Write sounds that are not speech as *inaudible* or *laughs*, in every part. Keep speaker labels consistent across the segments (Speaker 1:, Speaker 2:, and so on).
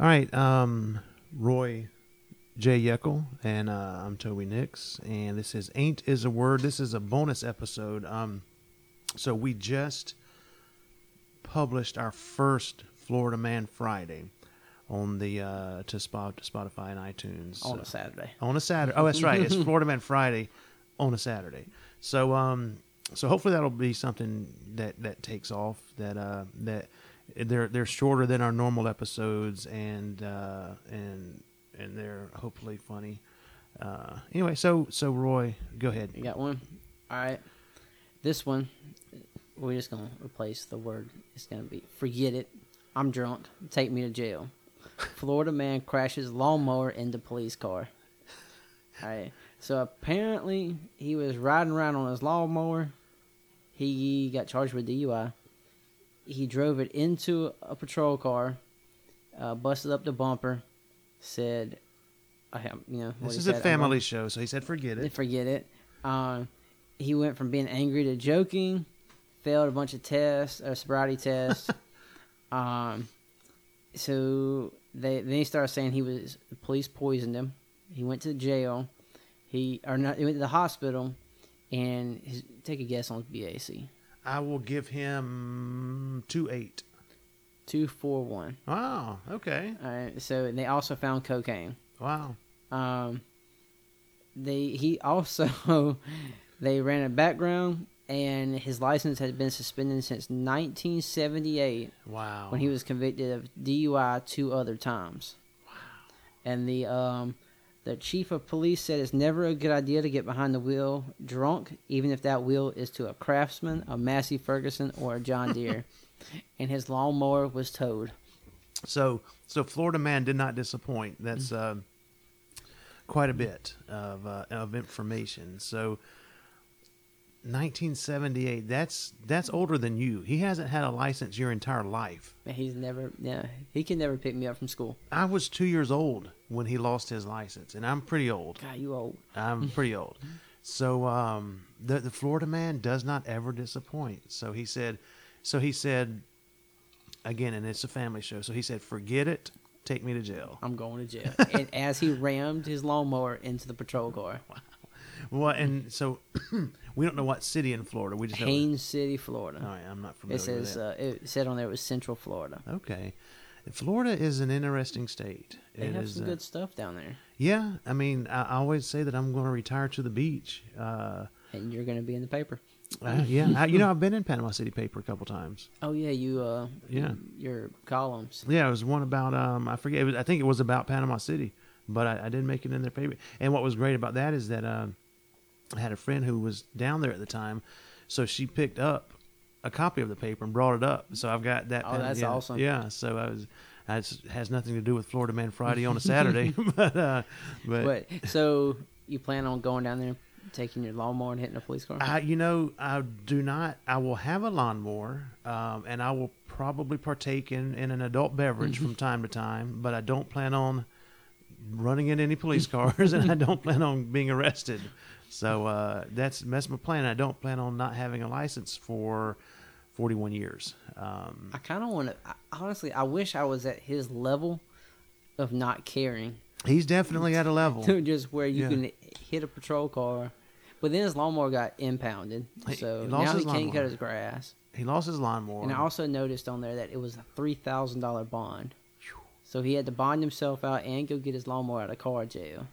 Speaker 1: All right, um, Roy J. Yeckel, and uh, I'm Toby Nix, and this is Ain't is a Word. This is a bonus episode. Um, so we just published our first Florida Man Friday on the uh, to Spot to Spotify and iTunes
Speaker 2: on
Speaker 1: Uh,
Speaker 2: a Saturday.
Speaker 1: on a Saturday. Oh, that's right. It's
Speaker 2: Mm-hmm. *laughs*
Speaker 1: Florida Man Friday on a Saturday. So um, so hopefully that'll be something that that takes off. That uh that they're they're shorter than our normal episodes and uh and and they're hopefully funny. Uh, anyway, so so Roy, go ahead.
Speaker 2: You got one? All right. This one, we're just going to replace the word. It's going to be forget it. I'm drunk. Take me
Speaker 1: *laughs*
Speaker 2: to jail. Florida man crashes lawnmower into police car. All right. So apparently, he was riding around on his lawnmower. He got charged with DUI. He drove it into a patrol car, uh, busted up the bumper, said, I have, you know, what
Speaker 1: This
Speaker 2: he
Speaker 1: is
Speaker 2: said, Uh-huh.
Speaker 1: a
Speaker 2: I'm
Speaker 1: family show, so he said forget
Speaker 2: They
Speaker 1: it.
Speaker 2: forget it. Um, he went from being angry to joking, failed a bunch of tests or sobriety tests. um, so they then he started saying he was the police poisoned him. He went to jail. He or not? He went to the hospital, and his, take a guess on his BAC
Speaker 1: I will give him two eight.
Speaker 2: two four one.
Speaker 1: Wow. Okay.
Speaker 2: All right. So they also found cocaine.
Speaker 1: Wow.
Speaker 2: Um, they he also *laughs* they ran a background and his license had been suspended since 1978
Speaker 1: Wow.
Speaker 2: when he was convicted of DUI two other times. Wow. And the um the chief of police said it's never a good idea to get behind the wheel drunk, even if that wheel is to a craftsman, a Massey Ferguson, or a John Deere. and his lawnmower was towed.
Speaker 1: So, so Florida man did not disappoint. That's uh, quite a bit of uh, of information. So, 1978. That's that's older than you. He hasn't had a license your entire life.
Speaker 2: He's never yeah, he can never pick me up from school.
Speaker 1: I was two years old when he lost his license, and I'm pretty old.
Speaker 2: God, you old.
Speaker 1: I'm pretty old. So um, the the Florida man does not ever disappoint. So he said, so he said, again, and it's a family show. So he said, forget it, take me to jail.
Speaker 2: I'm going to *laughs* jail. and as he rammed his lawnmower into the patrol car,
Speaker 1: Well, and so *clears throat* we don't know what city in Florida. We just know.
Speaker 2: Haines City,
Speaker 1: All
Speaker 2: Florida.
Speaker 1: right, I'm not familiar.
Speaker 2: It says
Speaker 1: with that.
Speaker 2: uh, it said on there it was Central Florida.
Speaker 1: okay. Florida is an interesting state.
Speaker 2: They
Speaker 1: It
Speaker 2: have
Speaker 1: is,
Speaker 2: some
Speaker 1: uh,
Speaker 2: good stuff down there,
Speaker 1: yeah, I mean, I I always say that I'm going to retire to the beach.
Speaker 2: *laughs*
Speaker 1: Uh,
Speaker 2: and you're going to be in the paper.
Speaker 1: uh, yeah, I, you know, I've been in Panama City paper a couple times.
Speaker 2: Oh yeah, you. Uh,
Speaker 1: Yeah.
Speaker 2: your columns.
Speaker 1: Yeah, it was one about um, I forget. It was, I think it was about Panama City, but I, I did make it in their paper. And what was great about that is that um, I had a friend who was down there at the time, so she picked up a copy of the paper and brought it up. So I've got that.
Speaker 2: Oh, that's
Speaker 1: yeah,
Speaker 2: awesome.
Speaker 1: Yeah. So I was. I just- has nothing to do with Florida Man Friday on a Saturday, *laughs* but, uh, but
Speaker 2: But *laughs* so you plan on going down there, taking your lawnmower and hitting a police car?
Speaker 1: I, you know, I do not. I will have a lawnmower, um, and I will probably partake in, in an adult beverage
Speaker 2: Mm-hmm.
Speaker 1: from time to time. But I don't plan on running into any police
Speaker 2: *laughs*
Speaker 1: cars, and I don't plan on being arrested. So uh, that's that's my plan. I don't plan on not having a license for forty one years. Um,
Speaker 2: I kind of want to. Honestly, I wish I was at his level of not caring.
Speaker 1: he's definitely at a
Speaker 2: *laughs*
Speaker 1: level.
Speaker 2: to just where you
Speaker 1: Yeah.
Speaker 2: can hit a patrol car. But then his lawnmower got impounded,
Speaker 1: He-
Speaker 2: so
Speaker 1: he lost
Speaker 2: now he
Speaker 1: his
Speaker 2: can't cut
Speaker 1: lawnmower.
Speaker 2: his grass.
Speaker 1: He lost his lawnmower.
Speaker 2: And I also noticed on there that it was a three thousand dollar bond, so he had to bond himself out and go get his lawnmower out of car jail.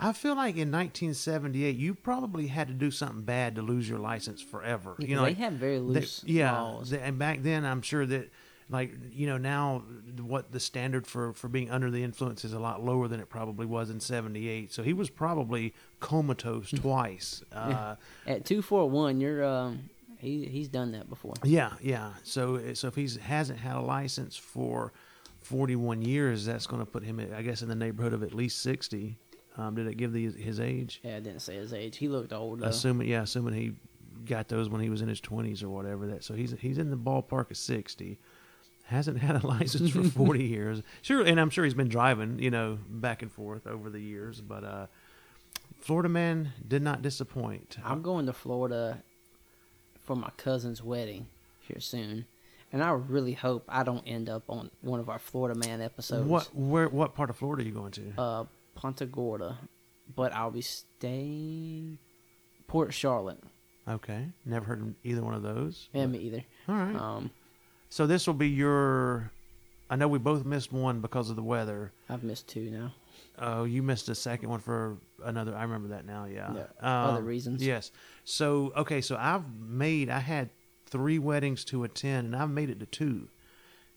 Speaker 1: I feel like in 1978, you probably had to do something bad to lose your license forever. You know,
Speaker 2: they
Speaker 1: like-
Speaker 2: had very
Speaker 1: They-
Speaker 2: loose
Speaker 1: yeah
Speaker 2: laws.
Speaker 1: th- and back then i'm sure that like you know now th- what the standard for for being under the influence is a lot lower than it probably was in 78 so he was probably comatose twice uh
Speaker 2: At two four one, you're um, he he's done that before.
Speaker 1: yeah yeah so so if he hasn't had a license for 41 years that's going to put him at, i guess in the neighborhood of at least 60 um did it give the his age
Speaker 2: Yeah, I didn't say his age. He looked old. Though.
Speaker 1: assuming yeah assuming he got those when he was in his 20s or whatever that so he's he's in the ballpark of 60 hasn't had a *laughs* license for 40 years sure and i'm sure he's been driving you know back and forth over the years but uh florida man did not disappoint
Speaker 2: I'm going to Florida for my cousin's wedding here soon. And I really hope I don't end up on one of our Florida Man episodes.
Speaker 1: What where what part of Florida are you going to?
Speaker 2: Uh, Punta Gorda, but I'll be staying Port Charlotte.
Speaker 1: okay, never heard of either one of those.
Speaker 2: Yeah, me either.
Speaker 1: All right.
Speaker 2: Um,
Speaker 1: so this will be your. I know we both missed one because of the weather.
Speaker 2: I've missed two now.
Speaker 1: Oh, you missed the second one for another. I remember that now. Yeah. Um,
Speaker 2: Yeah, other reasons.
Speaker 1: Yes. So okay, so I've made. I had three weddings to attend, and I've made it to two.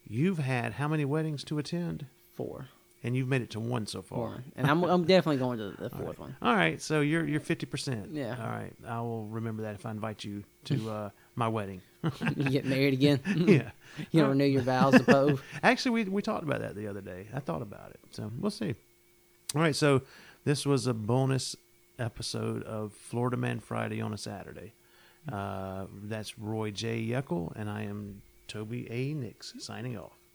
Speaker 1: You've had how many weddings to attend?
Speaker 2: Four.
Speaker 1: And you've made it to one so far.
Speaker 2: One. And I'm, I'm definitely going to the fourth one.
Speaker 1: All right, so you're you're fifty percent.
Speaker 2: Yeah.
Speaker 1: All right, I will remember that if I invite you to
Speaker 2: *laughs*
Speaker 1: uh, my wedding.
Speaker 2: you get married again.
Speaker 1: *laughs* yeah.
Speaker 2: you don't renew your vows to Pope.
Speaker 1: Actually, we we talked about that the other day. I thought about it, so we'll see. All right, so this was a bonus episode of Florida Man Friday on a Saturday. Uh, that's Roy J. Yeckel, and I am Toby A. Nix signing off.